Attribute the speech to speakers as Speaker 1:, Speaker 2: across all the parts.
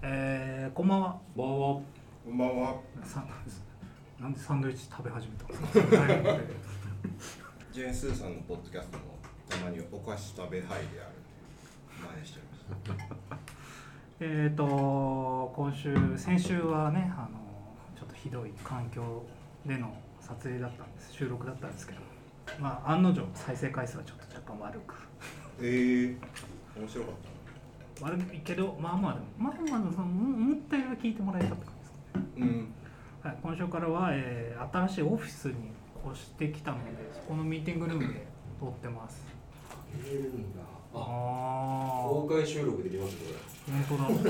Speaker 1: い、こんばんは。
Speaker 2: ばんは
Speaker 3: こんばんは。
Speaker 1: さなんでサンドイッチ食べ始めたんですか。大学で
Speaker 3: ジェーンスーさんのポッドキャストもたまにお菓子食べハイであるんで真似してま
Speaker 1: えー、と今週先週はねあのちょっとひどい環境での撮影だったんです収録だったんですけど、まあ、案の定再生回数はちょっと若干悪く
Speaker 3: す。ええ面白かっ
Speaker 1: 悪いけどまあまあでもまあまあその思ったよりは聞いてもらえたって感じですかね、
Speaker 3: た。
Speaker 1: は
Speaker 3: うん。
Speaker 1: い、今週からは、えー新しいオフィスに越してきたのでそこのミーティングルームで撮ってます
Speaker 4: 入れるんだあ
Speaker 1: ああ
Speaker 4: 公開収録できますねこ
Speaker 1: 本当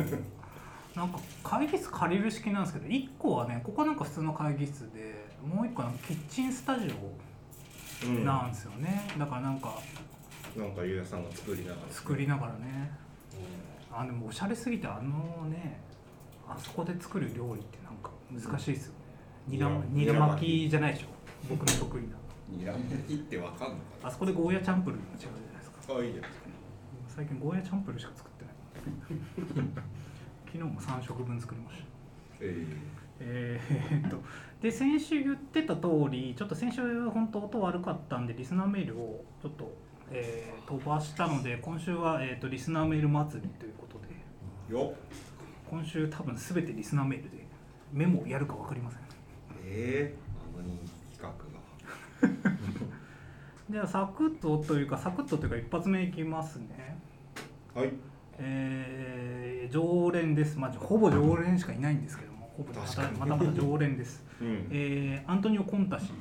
Speaker 1: だなんか会議室借りる式なんですけど1個はねここなんか普通の会議室でもう1個なんかキッチンスタジ
Speaker 3: う
Speaker 1: オ
Speaker 3: ん。
Speaker 1: な
Speaker 3: なん
Speaker 1: ですよね、だからなんか
Speaker 3: んかゆうやさんが作りながら。
Speaker 1: 作りながらねあでもおしゃれすぎてあのねあそこで作る料理ってなんか難しいですよね
Speaker 3: うん
Speaker 1: ニラ
Speaker 3: いや
Speaker 1: ニラ
Speaker 3: ニラ
Speaker 1: 巻
Speaker 3: 巻き
Speaker 1: きじゃないでしょ僕の得意な
Speaker 3: にらめきってわかんのか
Speaker 1: あそこでゴーヤチャンプルーの違うじゃないですか
Speaker 3: な。あ、いいじゃないですか。
Speaker 1: 最近ゴーヤチャンプルーしか作ってない 昨日も3食分作りました
Speaker 3: え
Speaker 1: えーっとで先週言ってた通りちょっと先週本当音悪かったんでリスナーメールをちょっと、えー飛ばしたので今週は、えーっとリスナーメール祭りということで
Speaker 3: えよっ。
Speaker 1: 今週多分全てリスナーメールでメモをやるか分かりません
Speaker 3: ええあの人気企画が。
Speaker 1: じゃあサクッとというかサクッとというか一発目いきますね
Speaker 3: はい。
Speaker 1: えー常連ですまあほぼ常連しかいないんですけどもほぼま
Speaker 3: 確
Speaker 1: た
Speaker 3: かに
Speaker 1: またまた常連です、
Speaker 3: うん。
Speaker 1: えーアントニオ・コンタ氏、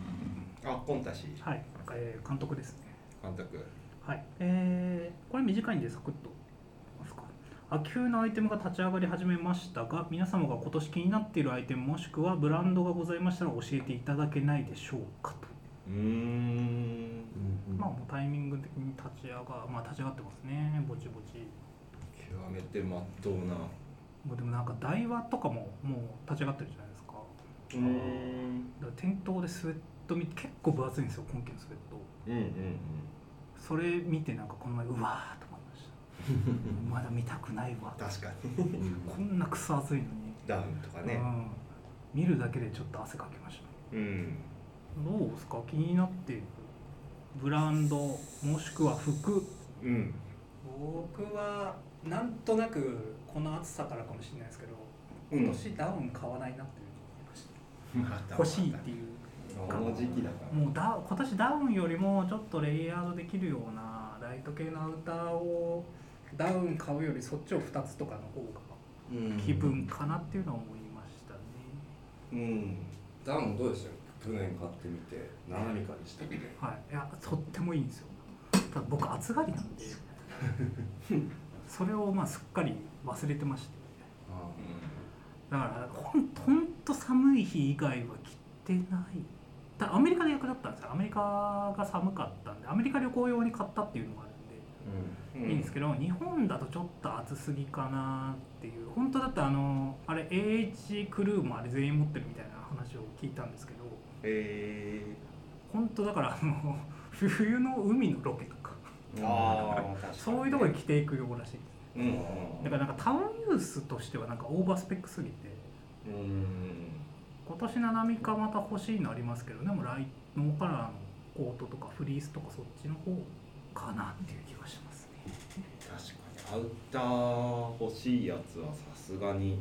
Speaker 3: あ、コンタシ
Speaker 1: はいえー監督ですね
Speaker 3: 監督。
Speaker 1: はい、えーこれ短いんでサクッといきますかあ急なアイテムが立ち上がり始めましたが皆様が今年気になっているアイテムもしくはブランドがございましたら教えていただけないでしょうかと、
Speaker 3: うーん。
Speaker 4: れ
Speaker 1: まあもうタイミング的に立ち上がまあ立ち上がってますねぼちぼち
Speaker 3: 極めてまっとうな。
Speaker 1: もうでもなんか台話とかももう立ち上がってるじゃないですか
Speaker 3: うーん。
Speaker 1: だから店頭でスウェット見て結構分厚いんですよ今季のスウェット
Speaker 3: うんうんうん。
Speaker 1: それ見てなんかこの前うわーと思いましたまだ見たくないわ
Speaker 3: 確かに。
Speaker 1: こんなクソ暑いのに
Speaker 3: ダウンとかね
Speaker 1: う。ん、見るだけでちょっと汗かきました
Speaker 3: うん。
Speaker 1: どうですか気になっているブランドもしくは服
Speaker 3: うん。
Speaker 1: 僕はなんとなくこの暑さからかもしれないですけど
Speaker 3: うん
Speaker 1: ダウン買わないなっていう欲
Speaker 3: 欲
Speaker 1: しいっていう
Speaker 3: この時期だから
Speaker 1: もうダウン今年ダウンよりもちょっとレイヤードできるようなライト系のアウターをダウン買うよりそっちを2つとかの方が気分かなっていうのは思いましたね、
Speaker 3: うん
Speaker 4: ダウンどうでした去年買ってみて何ミかにしてみて
Speaker 1: はい、いやとってもいいんですよただ僕暑がりなん でそれをまあすっかり忘れてまして
Speaker 4: あ
Speaker 1: だからほんほんと寒い日以外は着てないただアメリカで役立ったんですよアメリカが寒かったんでアメリカ旅行用に買ったっていうのがあるんで
Speaker 3: うん
Speaker 1: いいんですけど日本だとちょっと暑すぎかなっていう本当だってあのあれ AH クルーもあれ全員持ってるみたいな話を聞いたんですけど
Speaker 3: え
Speaker 1: 本当だからあの冬の海のロケとか
Speaker 3: ー、ああ確かに
Speaker 1: そういうところに着ていくようらしい
Speaker 3: うんうん
Speaker 1: だからなんかタウンユースとしてはなんかオーバースペックすぎて
Speaker 3: うん
Speaker 1: 今年ななみかまた欲しいのありますけどでもライノーカラーのコートとかフリースとかそっちの方かなっていう気がしますね
Speaker 3: 確かにアウター欲しいやつはさすがに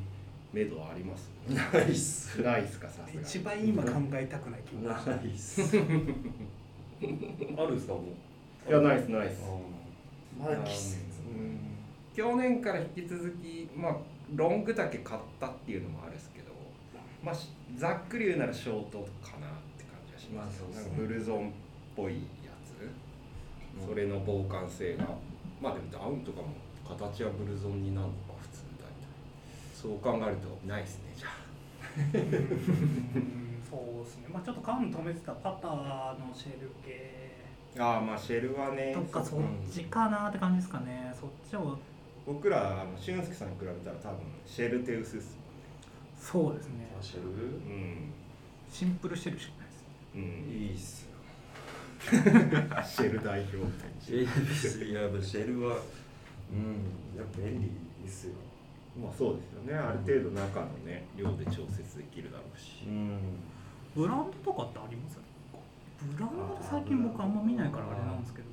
Speaker 3: 目処あります
Speaker 4: ナイス
Speaker 3: ないっすかさすがに
Speaker 1: 番
Speaker 4: 今考
Speaker 1: えたくない気
Speaker 4: ナイ スあるんですかもう
Speaker 3: いやないっすないっす
Speaker 4: あーまだ季節
Speaker 3: うん去年から引き続きまあロングだけ買ったっていうのもあるんですけどまあしざっくり言うならショートかなって感じがします,、
Speaker 4: まあそうっすね
Speaker 3: なんかブルゾンっぽいやつ、それの防寒性がまあでもダウンとかも形はブルゾンになるのか普通みたいそう考えるとないですねじゃあ
Speaker 1: そうですねまあちょっと缶止めてたパターのシェル系
Speaker 3: ああまあシェルはね
Speaker 1: とかそっちかなって感じですかねそっちを
Speaker 3: 僕らあの俊介さんに比べたら多分シェルテウスっす
Speaker 1: そうですね
Speaker 4: シェル
Speaker 3: もんね
Speaker 1: シンプルシェルしかないですね
Speaker 3: うん、う
Speaker 4: い
Speaker 3: ん、
Speaker 4: いっすよ
Speaker 3: シェル代表
Speaker 4: いやシェルはうんやっぱ便利ですよま
Speaker 3: まあそうですよねある程度中のね量で調節できるだろうし
Speaker 4: うん
Speaker 1: ブランドとかってありますブランドって最近僕あんま見ないからあれなんですけど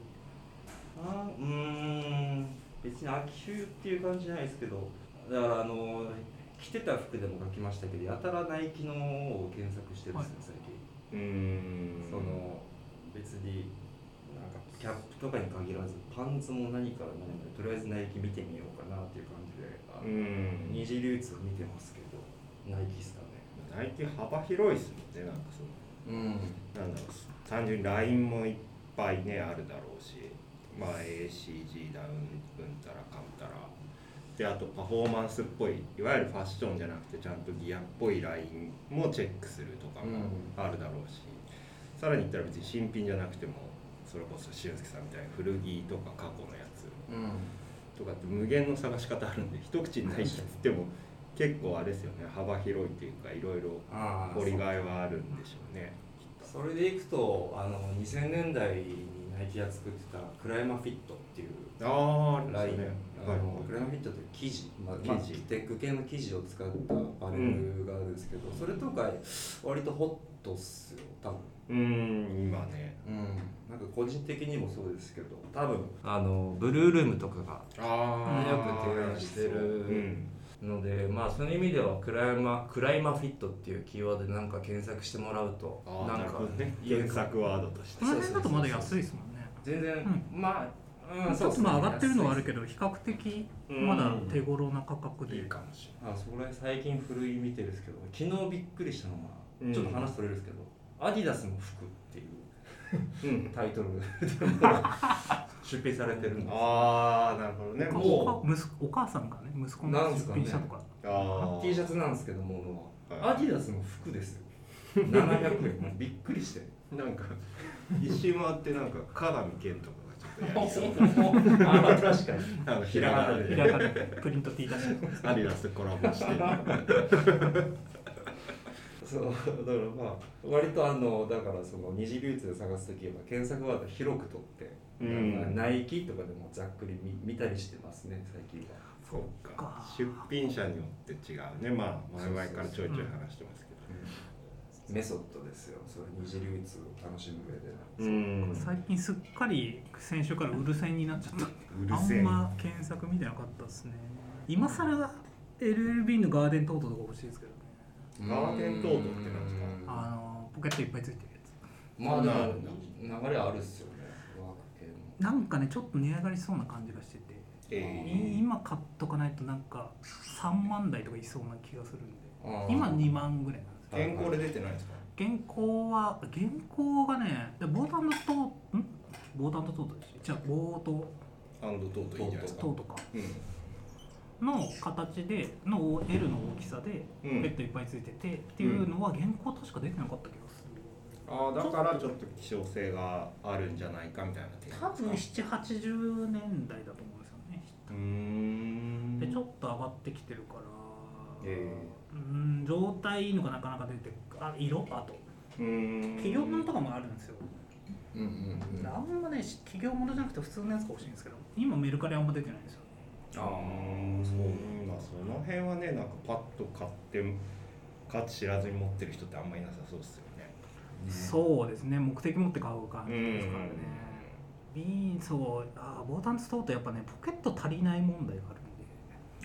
Speaker 2: あうーん別に秋冬っていう感じじゃないですけどだからあの着てた服でも書きましたけどやたらナイキのを検索してるんですよ最近、
Speaker 3: うん
Speaker 2: その別になんかキャップとかに限らずパンツも何から何までとりあえずナイキ見てみようかなっていう感じで、あ
Speaker 3: う
Speaker 2: の
Speaker 3: ん
Speaker 2: 二次流通見てますけどナイキですかね
Speaker 3: ナイキ幅広いですもんねなんかその
Speaker 2: うん
Speaker 3: なんだろう単純に LINE もいっぱいねあるだろうし、まあ、ACG ダウンうんたらかんたらであとパフォーマンスっぽいいわゆるファッションじゃなくてちゃんとギアっぽい LINE もチェックするとかもあるだろうし、さらに言ったら別に新品じゃなくてもそれこそ俊介さんみたいな古着とか過去のやつ
Speaker 2: う
Speaker 3: とかって無限の探し方あるんで一口にないって言っても結構あれですよね幅広いっていうかいろいろ
Speaker 2: ああ
Speaker 3: 掘りがいはあるんでしょうね。
Speaker 2: それでいくとあの2000年代にナイキが作ってたクライマフィットっていう
Speaker 3: ああ、あります
Speaker 2: ライン、
Speaker 3: ね。
Speaker 2: あのクライマフィットという生地、まあ、
Speaker 3: 生地
Speaker 2: まあテック系の生地を使ったバレルがあるんですけど、それとか割とホットっすよ多分
Speaker 3: うーん、今ね。
Speaker 2: うん、なんか個人的にもそうですけど多分あのブルールームとかが
Speaker 3: あ
Speaker 2: よく提案して
Speaker 3: う
Speaker 2: る
Speaker 3: ん。
Speaker 2: のでまあその意味ではクライマクライマフィットっていうキーワードでなんか検索してもらうと
Speaker 3: ああ、
Speaker 2: な
Speaker 3: なんる
Speaker 2: か
Speaker 3: ほどね。原作ワードとして。
Speaker 1: この辺だとまだ安いですもんね
Speaker 2: 全然、まあ、うん、
Speaker 1: ち
Speaker 2: そう
Speaker 1: ょ
Speaker 2: っ
Speaker 1: っ
Speaker 2: す
Speaker 1: と
Speaker 2: ね
Speaker 1: まあ上がってるのはあるけど比較的まだ手頃な価格
Speaker 3: いい
Speaker 1: で
Speaker 3: かもし
Speaker 2: あそこら辺最近古い見てるんですけど昨日びっくりしたのは、
Speaker 3: うん
Speaker 2: ちょっと話取れるんですけど「アディダスの服」っていう
Speaker 3: れない。うん。
Speaker 2: タイトルで 出品されてるんです
Speaker 3: ああ、なるほどね。
Speaker 1: お
Speaker 3: もう。
Speaker 2: も
Speaker 1: 母息子お母さんがね息子の出品したとか
Speaker 3: ああ。
Speaker 2: T シャツなんですけどもの
Speaker 3: は
Speaker 2: はア
Speaker 3: い
Speaker 2: ディダスの服ですよ700円もう びっくりして
Speaker 3: なんか。一周回って、なんか、加賀美健とかがちょっとやりそう
Speaker 2: あまあ 確かに
Speaker 3: な。あ の、ひらがな
Speaker 2: ひ
Speaker 1: 開
Speaker 3: で。
Speaker 1: かれてプリント T 出して
Speaker 3: アディダスコラボして。
Speaker 2: そうだからまあ割とあのだからその二次流通で探す時は検索ワード広く取って、
Speaker 3: うん
Speaker 2: ナイキとかでもざっくり見見たりしてますね最近は。
Speaker 3: そうか
Speaker 1: か。
Speaker 3: 出品者によって違うね。まあ、前々からちょいちょい話してますけど。
Speaker 2: メソッドですよそれ二次流通を楽しむ上で
Speaker 3: うん
Speaker 1: 最近すっかり先週からうるせんになっちゃった
Speaker 3: うるせえ
Speaker 1: あん。ま検索見てなかったですね今更 LLB のガーデントートとか欲しいですけどね
Speaker 3: ガーデントートってなんですか
Speaker 1: あのポケットいっぱいついてるや
Speaker 2: まあで
Speaker 3: なる
Speaker 2: も流れあるっすよねワーク系の
Speaker 1: つなんかねちょっと値上がりしそうな感じがしてて、い
Speaker 3: え
Speaker 1: 今買っとかないとなんか3万台とかいそうな気がするんで
Speaker 2: あー
Speaker 1: 今2万ぐらいなんです
Speaker 3: えー。原稿で出てないんですか。
Speaker 1: 原稿は原稿がねでボートトーんボートトートでしょじゃあボート
Speaker 3: アンドトートいいんじゃないですか
Speaker 1: ト。ートか
Speaker 3: う
Speaker 1: の形での L の大きさで
Speaker 3: う
Speaker 1: ペ
Speaker 3: ん
Speaker 1: ットいっぱいついててっていうのは原稿確か出てなかった気がする
Speaker 3: ん、ああだからちょっと希少性があるんじゃないかみたいな点
Speaker 1: 多分780年代だと思うんですよね
Speaker 3: うーん
Speaker 1: でちょっと上がってきてるから、
Speaker 3: え
Speaker 1: うん状態いいのがなかなか出てあ色あと
Speaker 3: えうん
Speaker 1: 企業物とかもあるんですよ、
Speaker 2: うんうんうん
Speaker 1: あんまねし企業物じゃなくて普通のやつが欲しいんですけど今メルカリあんま出てないんですよ
Speaker 3: ああそうまあその辺はねなんかパッと買って価値知らずに持ってる人ってあんまりいなさそうですよね
Speaker 1: そうですね目的持って買う感じですからね
Speaker 3: うん
Speaker 1: ビーンそうあーボータンツトートやっぱねポケット足りない問題があるんで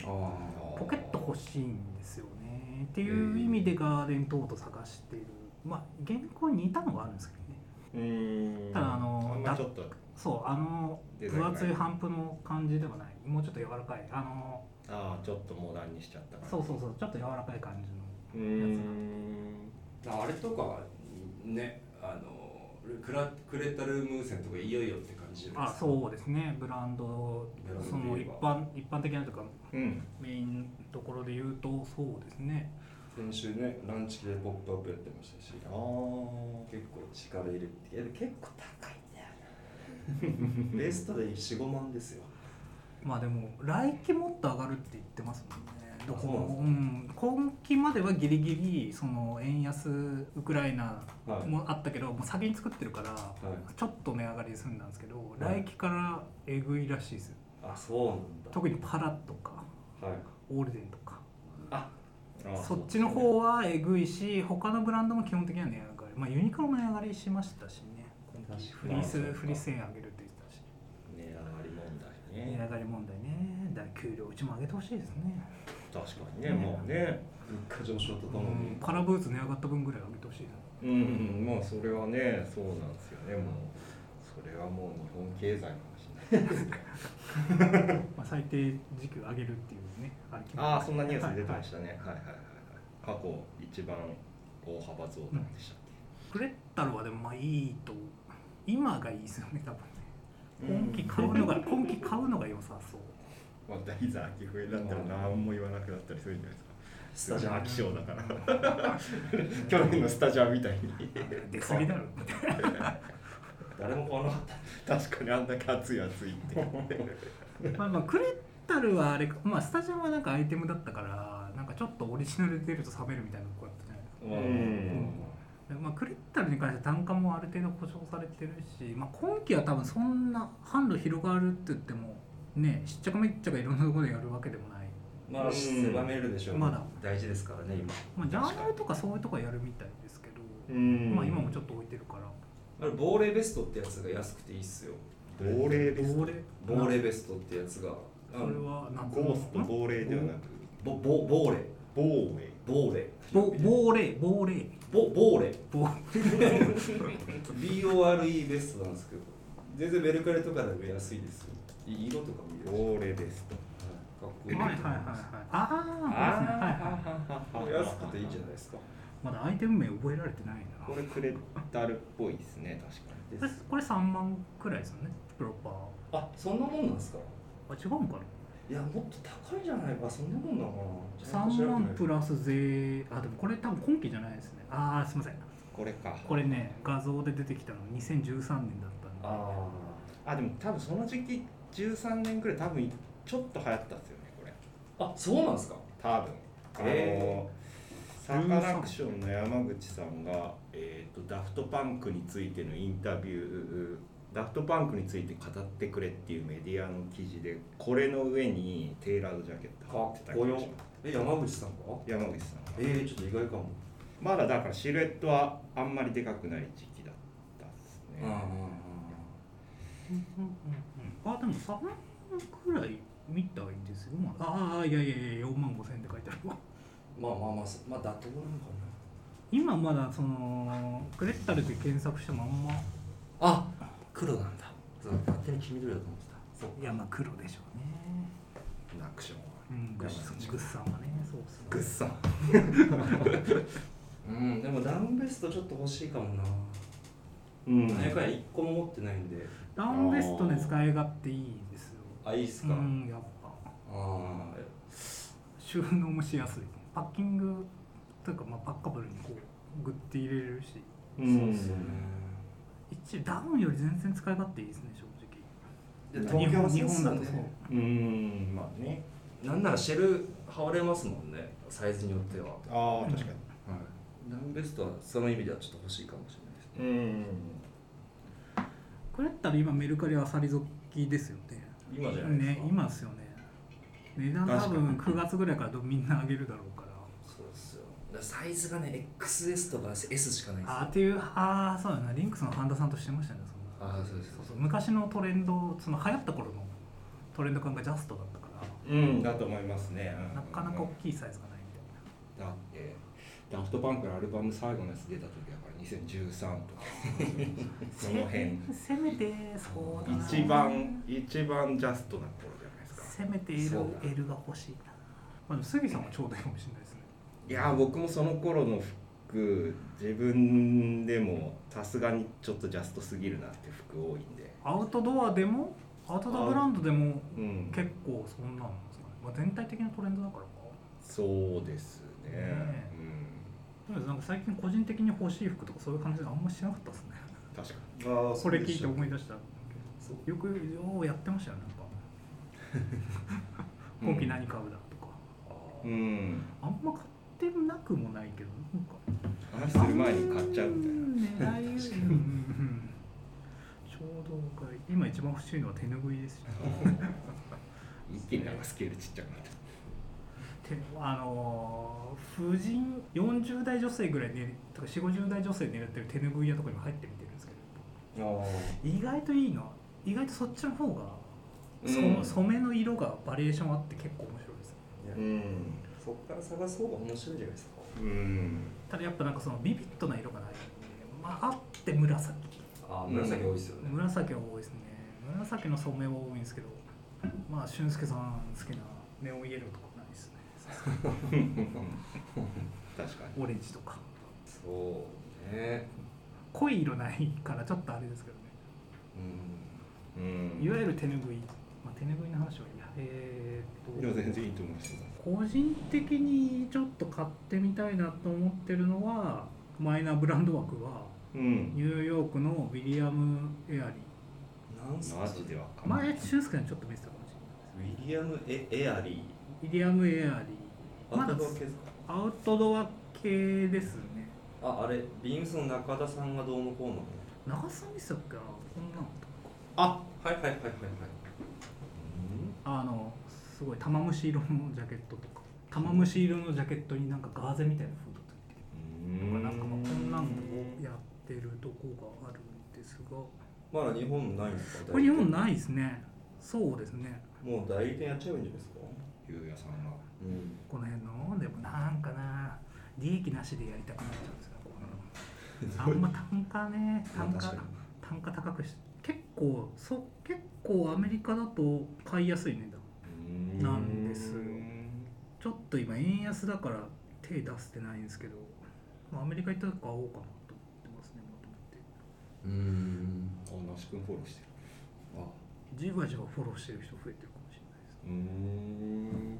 Speaker 2: あ
Speaker 1: ポケット欲しいんですよねっていう意味でガーデントート探してるまあ原稿に似たのがあるんですけどね
Speaker 3: うーん
Speaker 1: ただあの
Speaker 3: あんまりちょっと
Speaker 1: そうあの
Speaker 3: デザイン
Speaker 1: 分
Speaker 3: が
Speaker 1: 厚い帆布の感じではないもうちょっと柔らかいあの
Speaker 3: ああちょっとモダンにしちゃったから
Speaker 1: そうそうそうちょっと柔らかい感じの
Speaker 3: うーん
Speaker 2: あれとかねあのクラクレタルムーセンとかいよいよって感じじゃな
Speaker 1: あ
Speaker 2: い
Speaker 1: そうですねブランド
Speaker 2: ブランド
Speaker 1: その
Speaker 2: で
Speaker 1: 一
Speaker 2: 言えば
Speaker 1: 般一般的なというか
Speaker 3: うん
Speaker 1: メインところで言うとそうですね
Speaker 2: 先週ねランチ系ポップアップやってましたし
Speaker 3: ああ
Speaker 2: 結構力入れてけど結構高いんだよなベストで45万ですよ
Speaker 1: まあでも来期もっと上がるって言ってますもんねどこも、
Speaker 2: そう
Speaker 1: ん、今期まではギリギリその円安ウクライナ
Speaker 2: はい
Speaker 1: もあったけど、もう先に作ってるから、
Speaker 2: い
Speaker 1: ちょっと値上がり済んだんですけど、
Speaker 2: はい
Speaker 1: 来期からえぐいらしいですよ
Speaker 2: あそうなんだ
Speaker 1: 特にパラとか
Speaker 2: はい
Speaker 1: オールデンとか
Speaker 3: あ
Speaker 1: そっちの方はえぐいし他のブランドも基本的には値上がり、まあ、ユニクロも値上がりしましたしね
Speaker 2: 確かに
Speaker 1: フリース
Speaker 3: まあそうか
Speaker 1: フリース円上げるって言ってたし
Speaker 3: 値上がり問題
Speaker 1: 値上
Speaker 3: ね
Speaker 1: がり問題ねだから給料うちも上げてほしいですね
Speaker 3: 確かにねもうね
Speaker 2: 物価上昇ととも
Speaker 1: うん
Speaker 2: に、
Speaker 1: パラブーツ値上がった分ぐらい上げてほしいです
Speaker 3: うん、うん、まあそれはねそうなんですよねもうそれはもう日本経済の話になってますね
Speaker 1: まあ、最低時給上げるっていうねあれ決め
Speaker 3: ああそんなニュース出てましたたねはいはいはいはい過去一番大幅増大でしたっ
Speaker 1: フレッタロはでもまあいいと今がいいですよね多分
Speaker 3: け、
Speaker 1: ね今期買うのが今期買うのが良さ そう
Speaker 3: またいざ秋冬になったら何も言わなくなったりするんじゃないですかスタジオ秋賞だから 去年のスタジオみたいに
Speaker 1: 出過ぎだろ
Speaker 2: 誰も買わなかった
Speaker 3: 確かにあんだけ暑い暑いって
Speaker 1: まあまあクレッタルはあれかまあスタジオはなんかアイテムだったからなんかちょっとオリジナルで出ると冷めるみたいなとこだったじゃないですか
Speaker 2: うん
Speaker 1: でまあ、クレッタルに関して単価もある程度保証されてるし、まあ、今期は多分そんな販路広がるって言ってもねしっちゃかめっちゃかいろんなところでやるわけでもない、
Speaker 2: まあ狭めるでしょう、
Speaker 1: まだ
Speaker 2: 大事ですからね今
Speaker 1: まあ、ジャーナルとかそういうとこはやるみたいですけど、
Speaker 3: うん
Speaker 1: まあ、今もちょっと置いてるから
Speaker 2: あれ亡霊ベストってやつが安くていいっすよ
Speaker 3: 亡霊です
Speaker 1: 亡霊
Speaker 2: 亡霊ベストってやつがあ
Speaker 1: それ
Speaker 2: の
Speaker 1: はなん
Speaker 3: ゴースト
Speaker 1: ん
Speaker 3: 亡霊ではなく
Speaker 2: ぼぼ亡霊
Speaker 3: 亡霊
Speaker 2: 亡霊
Speaker 1: ぼ亡霊亡霊
Speaker 2: ぼ亡霊
Speaker 1: 亡
Speaker 2: BORE ベストなんですけど全然メルカリとかでも安いですよい色とかも
Speaker 3: 亡
Speaker 2: いいですし
Speaker 3: 霊ですと
Speaker 2: はい
Speaker 1: はい
Speaker 2: か
Speaker 1: はい
Speaker 2: っこ
Speaker 1: はいはいああ
Speaker 2: いいと思いますこれ安くていいじゃないですか
Speaker 1: まだアイテム名覚えられてないな
Speaker 3: これクレッタルっぽいですね確か
Speaker 1: こ
Speaker 2: で
Speaker 1: れこれ3万くらいですよねプロパー
Speaker 2: あそんなもんなんですか
Speaker 1: あ違うのかない
Speaker 2: やもっと高いんじゃないかそんなもんなのかな
Speaker 1: 3万プ
Speaker 2: ラ
Speaker 1: ラス税あでもこれ多分今期じゃないですねああすいません
Speaker 3: にこれか
Speaker 1: これね画像で出てきたの2013年だったんで
Speaker 2: あ
Speaker 3: あでも多分その時期13年くらい多分ちょっと流行ったんですよねこれ
Speaker 2: ーあそうなんですか
Speaker 3: 多分あ
Speaker 2: え
Speaker 3: のサカナクションの山口さんが、えー、とダフトパンクについてのインタビューダフトパンクについて語ってくれっていうメディアの記事でこれの上にテイラードジャケット貼ってたりします
Speaker 2: え山口さんが
Speaker 3: 山口さんが
Speaker 2: えー、ちょっと意外かも
Speaker 3: まだだからシルエットはあんまりでかくない時期だったですね、
Speaker 1: あでも3万くらいみたいですよまだああいやいやいや4万5千って書いてあるわ
Speaker 2: まあまあまあそまあ妥当なのか
Speaker 1: 今まだそのクレッタルで検索してもあんま
Speaker 2: なあ黒なんだそう勝手に黄緑だと思って
Speaker 1: いやまあ黒でしょうね
Speaker 3: ナクションは
Speaker 1: うんグッ
Speaker 3: 山口
Speaker 1: グッサンはねそうっすね
Speaker 3: グッサン
Speaker 2: たうんでもダウンベストちょっと欲しいかもな
Speaker 3: うん
Speaker 2: 何回1個も持ってないんで
Speaker 1: ダウンベストね使い勝手いいですよ
Speaker 2: あいいっす
Speaker 1: う
Speaker 2: か、
Speaker 1: んやっぱ
Speaker 2: ああ
Speaker 1: 収納もしやすいパッキングというかまあパッカブルにこうグッて入れるし
Speaker 3: うん
Speaker 2: そうっすよね
Speaker 1: 一ダウンより全然使い勝手いいですね正
Speaker 2: で
Speaker 1: 直
Speaker 2: 東京
Speaker 1: 日本日本だ
Speaker 2: だ
Speaker 1: とそう
Speaker 2: ね
Speaker 3: うんまあね
Speaker 2: なんならシェル羽織れますもんねサイズによってははい
Speaker 3: ああ確かに
Speaker 2: ダウンベストはその意味ではちょっと欲しいかもしれないですね
Speaker 3: うん
Speaker 1: これやったら今メルカリはさりぞきですよね
Speaker 2: 今じゃないです
Speaker 1: ね
Speaker 2: か、
Speaker 1: 今っすよね値段多分9月ぐらいからみんな上げるだろうから
Speaker 2: そうですよだからサイズがね XS とか S しかないです
Speaker 1: あーっていうああそうだなリンクスの半田さんとしてましたねその
Speaker 2: あーそうです
Speaker 1: そうそう昔のトレンドその流行った頃のトレンド感がジャストだったから
Speaker 3: うんだと思いますね
Speaker 1: なかなか大きいサイズがないみたいな
Speaker 3: だってダフトパンクのアルバム最後のやつ出た時だから2013とかその辺
Speaker 1: せめてそうだな
Speaker 3: 一番一番ジャストな頃じゃないですか
Speaker 1: せめて
Speaker 2: そう
Speaker 1: L,
Speaker 2: だ
Speaker 1: L が欲しいな、まあ、でも杉さんはちょうどいいかもしれないですね
Speaker 3: いやー僕もその頃の服自分でもさすがにちょっとジャストすぎるなって服多いんで
Speaker 1: アウトドアでもアウトドアブランドでも
Speaker 3: うん
Speaker 1: 結構そんなんですかね、まあ、全体的なトレンドだからか
Speaker 3: そうですね
Speaker 1: ね
Speaker 3: う
Speaker 1: とり
Speaker 3: ん
Speaker 1: あえずなんか最近個人的に欲しい服とかそういう話があんましなかったですね
Speaker 3: 確かに
Speaker 2: ああ
Speaker 1: これ聞いて思い
Speaker 2: 出
Speaker 1: 出した
Speaker 2: そう
Speaker 1: よくようやってましたよなんか今期何買うだとか、
Speaker 2: あ
Speaker 3: うん
Speaker 1: あんま買ってなくもないけどなんか
Speaker 3: 話する前に買っちゃうみたいな
Speaker 1: たいな。狙いうんうんうんちょうど僕は今一番欲しいのは手拭いですし、
Speaker 3: 一気になんかスケールちっちゃくなった
Speaker 1: けあの婦人40代女性ぐらいねとか4 5 0代女性狙ってる手拭い屋とかにも入ってみてるんですけど
Speaker 2: ああ
Speaker 1: 意外といいな意外とそっちの方が、そ
Speaker 2: うん
Speaker 1: 染めの色がバリエーションあって結構面白いです
Speaker 3: うん
Speaker 2: そっから探す方が面白いんじゃないですか
Speaker 3: うん
Speaker 1: ただやっぱなんかそのビビッドな色がないまああって紫
Speaker 4: あー紫多いですよね、
Speaker 1: 紫は多いですね紫の染めは多いんですけどまあ俊介さん好きなネオンイエローとかないですね
Speaker 3: 確かに
Speaker 1: オレンジとか
Speaker 2: そうね
Speaker 1: 濃い色ないからちょっとあれですけどね
Speaker 2: うん
Speaker 3: うん
Speaker 1: いわゆる手拭い、まあ、手拭いの話はいいやえ
Speaker 3: い
Speaker 1: ー
Speaker 3: や
Speaker 1: っと
Speaker 3: 全然いいと思います
Speaker 1: 個人的にちょっと買ってみたいなと思ってるのはマイナーブランド枠は
Speaker 3: うん
Speaker 1: ニューヨークのウィリアム・エアリ
Speaker 2: なんすか
Speaker 3: マジでわか
Speaker 1: ー
Speaker 3: んない
Speaker 1: 前俊介さんにちょっと見せたかもしれない
Speaker 2: ウィリアム・エエアリ
Speaker 1: ウィリアム・エアリ
Speaker 2: ー
Speaker 1: ーま
Speaker 2: アウ
Speaker 1: だ
Speaker 2: トドア系ですか
Speaker 1: アウトドア系ですね
Speaker 2: ああれビームスの中田さんがどうのこうの
Speaker 1: 長さ見せたっけなこんなのとか
Speaker 2: あはいはいはいはいはい
Speaker 1: あのすごい玉虫色のジャケットとか玉虫色のジャケットになんかガーゼみたいなフードとか
Speaker 3: うん
Speaker 1: なんかまあこんなんをやってるとこがあるんですが
Speaker 2: まだ日本ないんですか
Speaker 1: これ日本
Speaker 2: い
Speaker 1: ないですねそうですね
Speaker 2: もう代理店やっちゃえばいいんじゃないですか
Speaker 3: ゆうやさんが
Speaker 2: うん
Speaker 1: この辺のでもなんかな利益なしでやりたくなっちゃうんですよこういうのあんま単価 ね単価
Speaker 2: 確かに
Speaker 1: 単価高くして結構そ結構アメリカだと買いやすい値段なんですよちょっと今円安だから手出してないんですけど、まあ、アメリカ行ったとこ買おうかなと思ってますねもともと
Speaker 2: うん
Speaker 3: あなし君フォローしてる
Speaker 2: あ
Speaker 1: じわじわフォローしてる人増えてるかもしれないです
Speaker 3: うん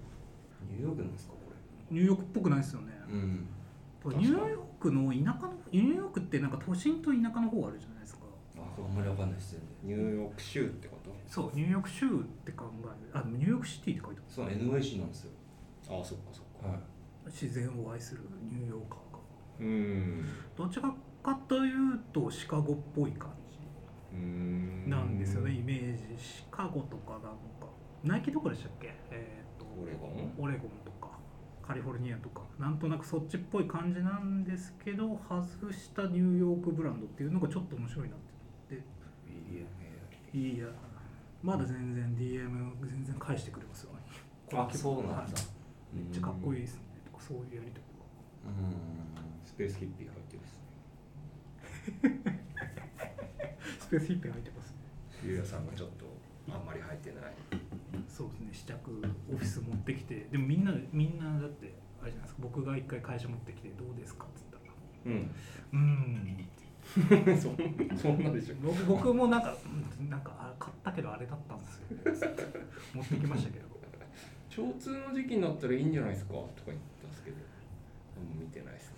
Speaker 2: ニューヨークなんですかこ
Speaker 1: ニューヨークっぽくないですよね、
Speaker 2: れうん
Speaker 1: これニューヨークの田舎のニューヨークってなんか都心と田舎の方あるじゃないですか
Speaker 2: ああんまりわかんない視
Speaker 3: ニ
Speaker 2: 点で
Speaker 3: ューヨーク州ってこと
Speaker 1: そうニューヨーク州って考えるあニューヨークシティって書いて
Speaker 2: そう NYC なんですよ
Speaker 3: ああそっかそっか
Speaker 2: は
Speaker 1: あ
Speaker 2: い
Speaker 1: る自然を愛するニューヨーカーが
Speaker 3: うん
Speaker 1: どちらかというとシカゴっぽい感
Speaker 3: うん
Speaker 1: じなんですよねイメージシカゴとかなんかナイキどこでしたっけえっ、
Speaker 3: オレゴン
Speaker 1: とオレゴンとかカリフォルニアとかなんとなくそっちっぽい感じなんですけど外したニューヨークブランドっていうのがちょっと面白いなってで
Speaker 2: ウィリアム・エアリ
Speaker 1: いいやまだ全然 DM 全然返してくれますよ
Speaker 2: あそうなんだ
Speaker 1: はいめっちゃかっこいいですねとかそういうやりとりとか
Speaker 2: うん
Speaker 3: スペースヒッピー入ってるっすね
Speaker 1: スペースヒッピー入ってますね
Speaker 3: ゆうやさんがちょっとあんまり入ってない
Speaker 1: そうですね試着オフィス持ってきてでもみんなみんなだってあれじゃないですか僕が一回会社持ってきてどうですかって言ったら
Speaker 3: うん
Speaker 1: うーん
Speaker 3: そん そんなでしょ
Speaker 1: 僕僕もなんかうんなんかあ買ったけどあれだったんですよつって持ってきましたけど
Speaker 3: 腸痛の時期になったらいいんじゃないですかとか言ったんですけど何も見てないですね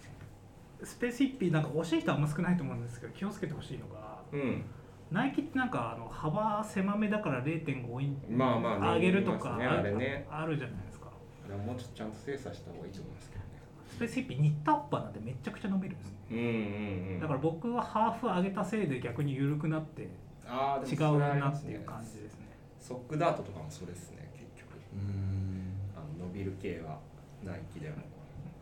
Speaker 1: スペースヒッピーなんか欲しい人はあんま少ないと思うんですけど気をつけてほしいのが
Speaker 3: うん
Speaker 1: ナイキってなんかあの幅狭めだから0.5インチ
Speaker 3: まあまあね
Speaker 1: 上げるとか
Speaker 3: 言いますねあれね
Speaker 1: あるじゃないですか
Speaker 3: でももうちょっとちゃんと精査した方がいいと思いますけどね
Speaker 1: スペースヒッピーニットアッパーなんてめちゃくちゃ伸びるんですね
Speaker 3: うんうんうん
Speaker 1: だから僕はハーフ上げたせいで逆に緩くなって
Speaker 3: あー
Speaker 1: 違
Speaker 3: でもそうれはあり
Speaker 1: な
Speaker 3: ま
Speaker 1: っ
Speaker 3: す
Speaker 1: て
Speaker 3: ね
Speaker 1: いう感じですね
Speaker 3: ソックダートとかもそれですね結局
Speaker 2: うん
Speaker 3: あの伸びる系はナイキでも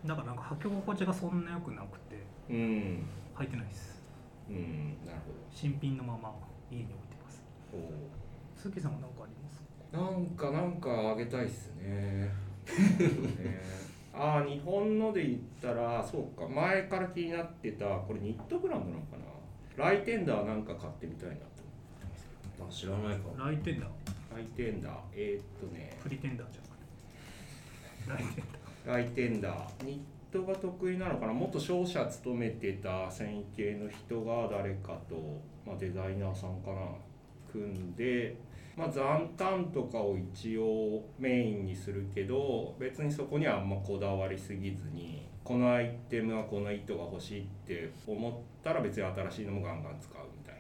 Speaker 1: だからなんか履き心地がそんな良くなくて
Speaker 3: うん
Speaker 1: 履いてないです
Speaker 3: うんなる
Speaker 1: 新品のまま家に置いてます
Speaker 3: ほどおー
Speaker 1: 鈴木さんは何かありますか
Speaker 3: なんかなんかあげたいっす ね。ねああ日本ので言ったらそうか前から気になってたこれニットブランドなのかなライテンダーなんか買ってみたいなと思ってますけどね
Speaker 2: あ知らないか
Speaker 1: ライテンダー
Speaker 3: ライテンダーえー、っとね
Speaker 1: プリテンダーじ ゃなくてライテン
Speaker 3: ライテンダーニットが得意なのかな元商社勤めてた線形の人が誰かと、まあ、デザイナーさんかな組んで、まあ、残単とかを一応メインにするけど別にそこにはあんまこだわりすぎずにこのアイテムはこの糸が欲しいって思ったら別に新しいのもガンガン使うみたい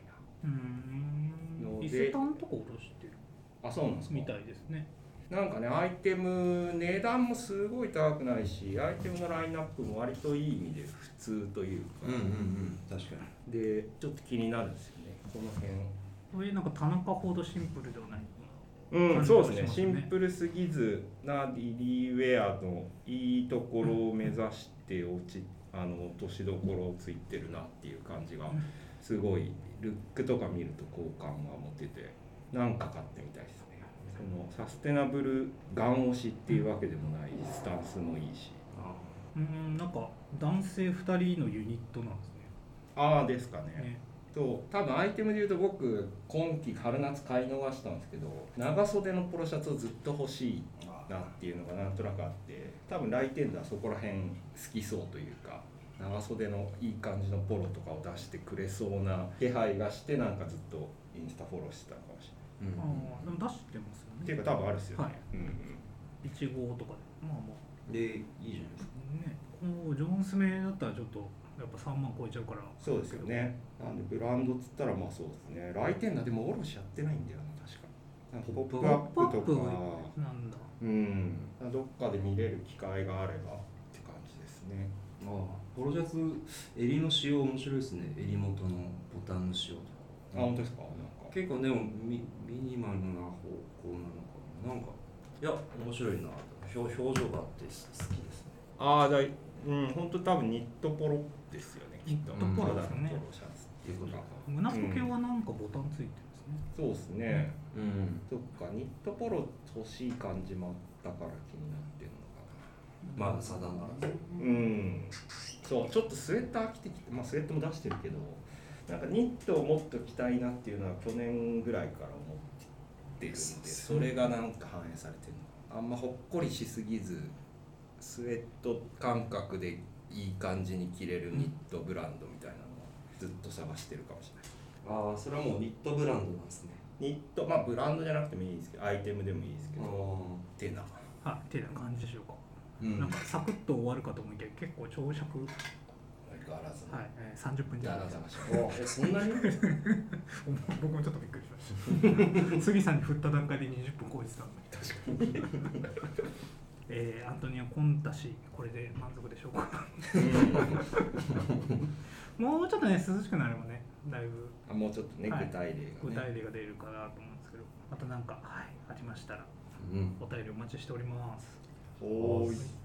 Speaker 1: ダーうーん
Speaker 3: ので
Speaker 1: 伊勢丹とかおろしてる
Speaker 3: なあそうなんですか
Speaker 1: みたいですね
Speaker 3: なんかねアイテム値段もすごい高くないしアイテムのラインナップも割といい意味で普通というか、
Speaker 2: うんうんうん確かに
Speaker 3: でちょっと気になるんですよねこの辺
Speaker 1: そういうなんか田中ほどシンプルではない
Speaker 3: うん、
Speaker 1: 感じ
Speaker 3: そう
Speaker 1: が
Speaker 3: です
Speaker 1: し
Speaker 3: ね
Speaker 1: ます
Speaker 3: シ
Speaker 1: ね
Speaker 3: ンプルすぎずなリリーウェアのいいところを目指して落ちあの落としどころをついてるなっていう感じが
Speaker 1: うん
Speaker 3: すごいルックとか見ると好感が持ててなんか買ってみたいですねそのサステナブルガン押しっていうわけでもないスタンスもいいし
Speaker 1: うんなんか男性2人のユニットなんです
Speaker 3: ああですか
Speaker 1: ねね
Speaker 3: と多分アイテムで言うと僕今季春夏買い逃したんですけど長袖のポロシャツをずっと欲しいなっていうのがなんとなくあって多分来店ではそこら辺好きそうというか長袖のいい感じのポロとかを出してくれそうな気配がしてなんかずっとインスタフォローしてたのかもしれない
Speaker 4: うん
Speaker 1: ああでも出してますよね
Speaker 3: っていうか多分あるっすよね、
Speaker 1: はい
Speaker 3: うんうん
Speaker 1: 1号とかでまあまあ
Speaker 2: でいいじゃないですか
Speaker 1: ね、こうジョンス名だったらちょっとやっぱ3万超えちゃうから
Speaker 3: そうですよねなんでブランドっつったらまあそうですね来店だでも卸やってないんだよな確かなんかポップア
Speaker 1: ポッ
Speaker 3: ップ
Speaker 1: プ
Speaker 3: とか
Speaker 1: なんだ
Speaker 3: うん、どっかで見れる機会があればって感じですね。
Speaker 2: ああポロシャツ襟の仕様面白いですね襟元のボタンの仕様とか
Speaker 3: あ、本当ですか。なんか。
Speaker 2: 結構でもミミニマルな方向なのかななんかいや面白いな表表情があってす好きですね
Speaker 3: ああ、だい、うん、本当多分ニットポロですよね。きっと。
Speaker 1: ニ
Speaker 2: ットポロ
Speaker 3: た
Speaker 1: で
Speaker 3: だ
Speaker 1: す
Speaker 3: の
Speaker 1: よね
Speaker 3: ポロシャツっていうことか。
Speaker 1: 胸ポケはなんかボタンついてますね、
Speaker 3: そうですね。
Speaker 2: うん
Speaker 3: そっか、ニットポロ欲しい感じもあったから気になってるの
Speaker 2: まあ定まらず
Speaker 3: かな。うん。そう、ちょっとスウェッター着てきて、まあスウェットも出してるけど、なんかニットをもっと着たいなっていうのは去年ぐらいから思ってるんで、それがなんか反映されてるのかな。あんまほっこりしすぎず、スウェット感覚でいい感じに着れるニットブランドみたいなのはずっと探してるかもしれない。
Speaker 2: ああそれはもうニットブランドなんですね
Speaker 3: ニット、まあブランドじゃなくてもいいですけど、アイテムでもいいですけ
Speaker 2: あ
Speaker 3: ど、
Speaker 2: あ
Speaker 3: てな。
Speaker 1: はいっていう感じでしょうか、
Speaker 2: うん
Speaker 1: なんかサクッと終わるかと思いきや結構長尺、
Speaker 3: 相変わらずの
Speaker 1: はいえー、30分じゃないですか
Speaker 3: し
Speaker 2: おえそんなに
Speaker 1: 僕もちょっとびっくりしました杉さんに振った段階で20分超えてたんで確かにえー、アントニオ・コンタ氏これで満足でしょうか もうちょっとね涼しくなればねだいぶ
Speaker 3: あもうちょっとね、具
Speaker 1: はい
Speaker 3: 体例がね。
Speaker 1: 具体例が出るかなと思うんですけどまた何か、はい、ありましたら
Speaker 2: うん
Speaker 1: お便りお待ちしております
Speaker 3: おーい。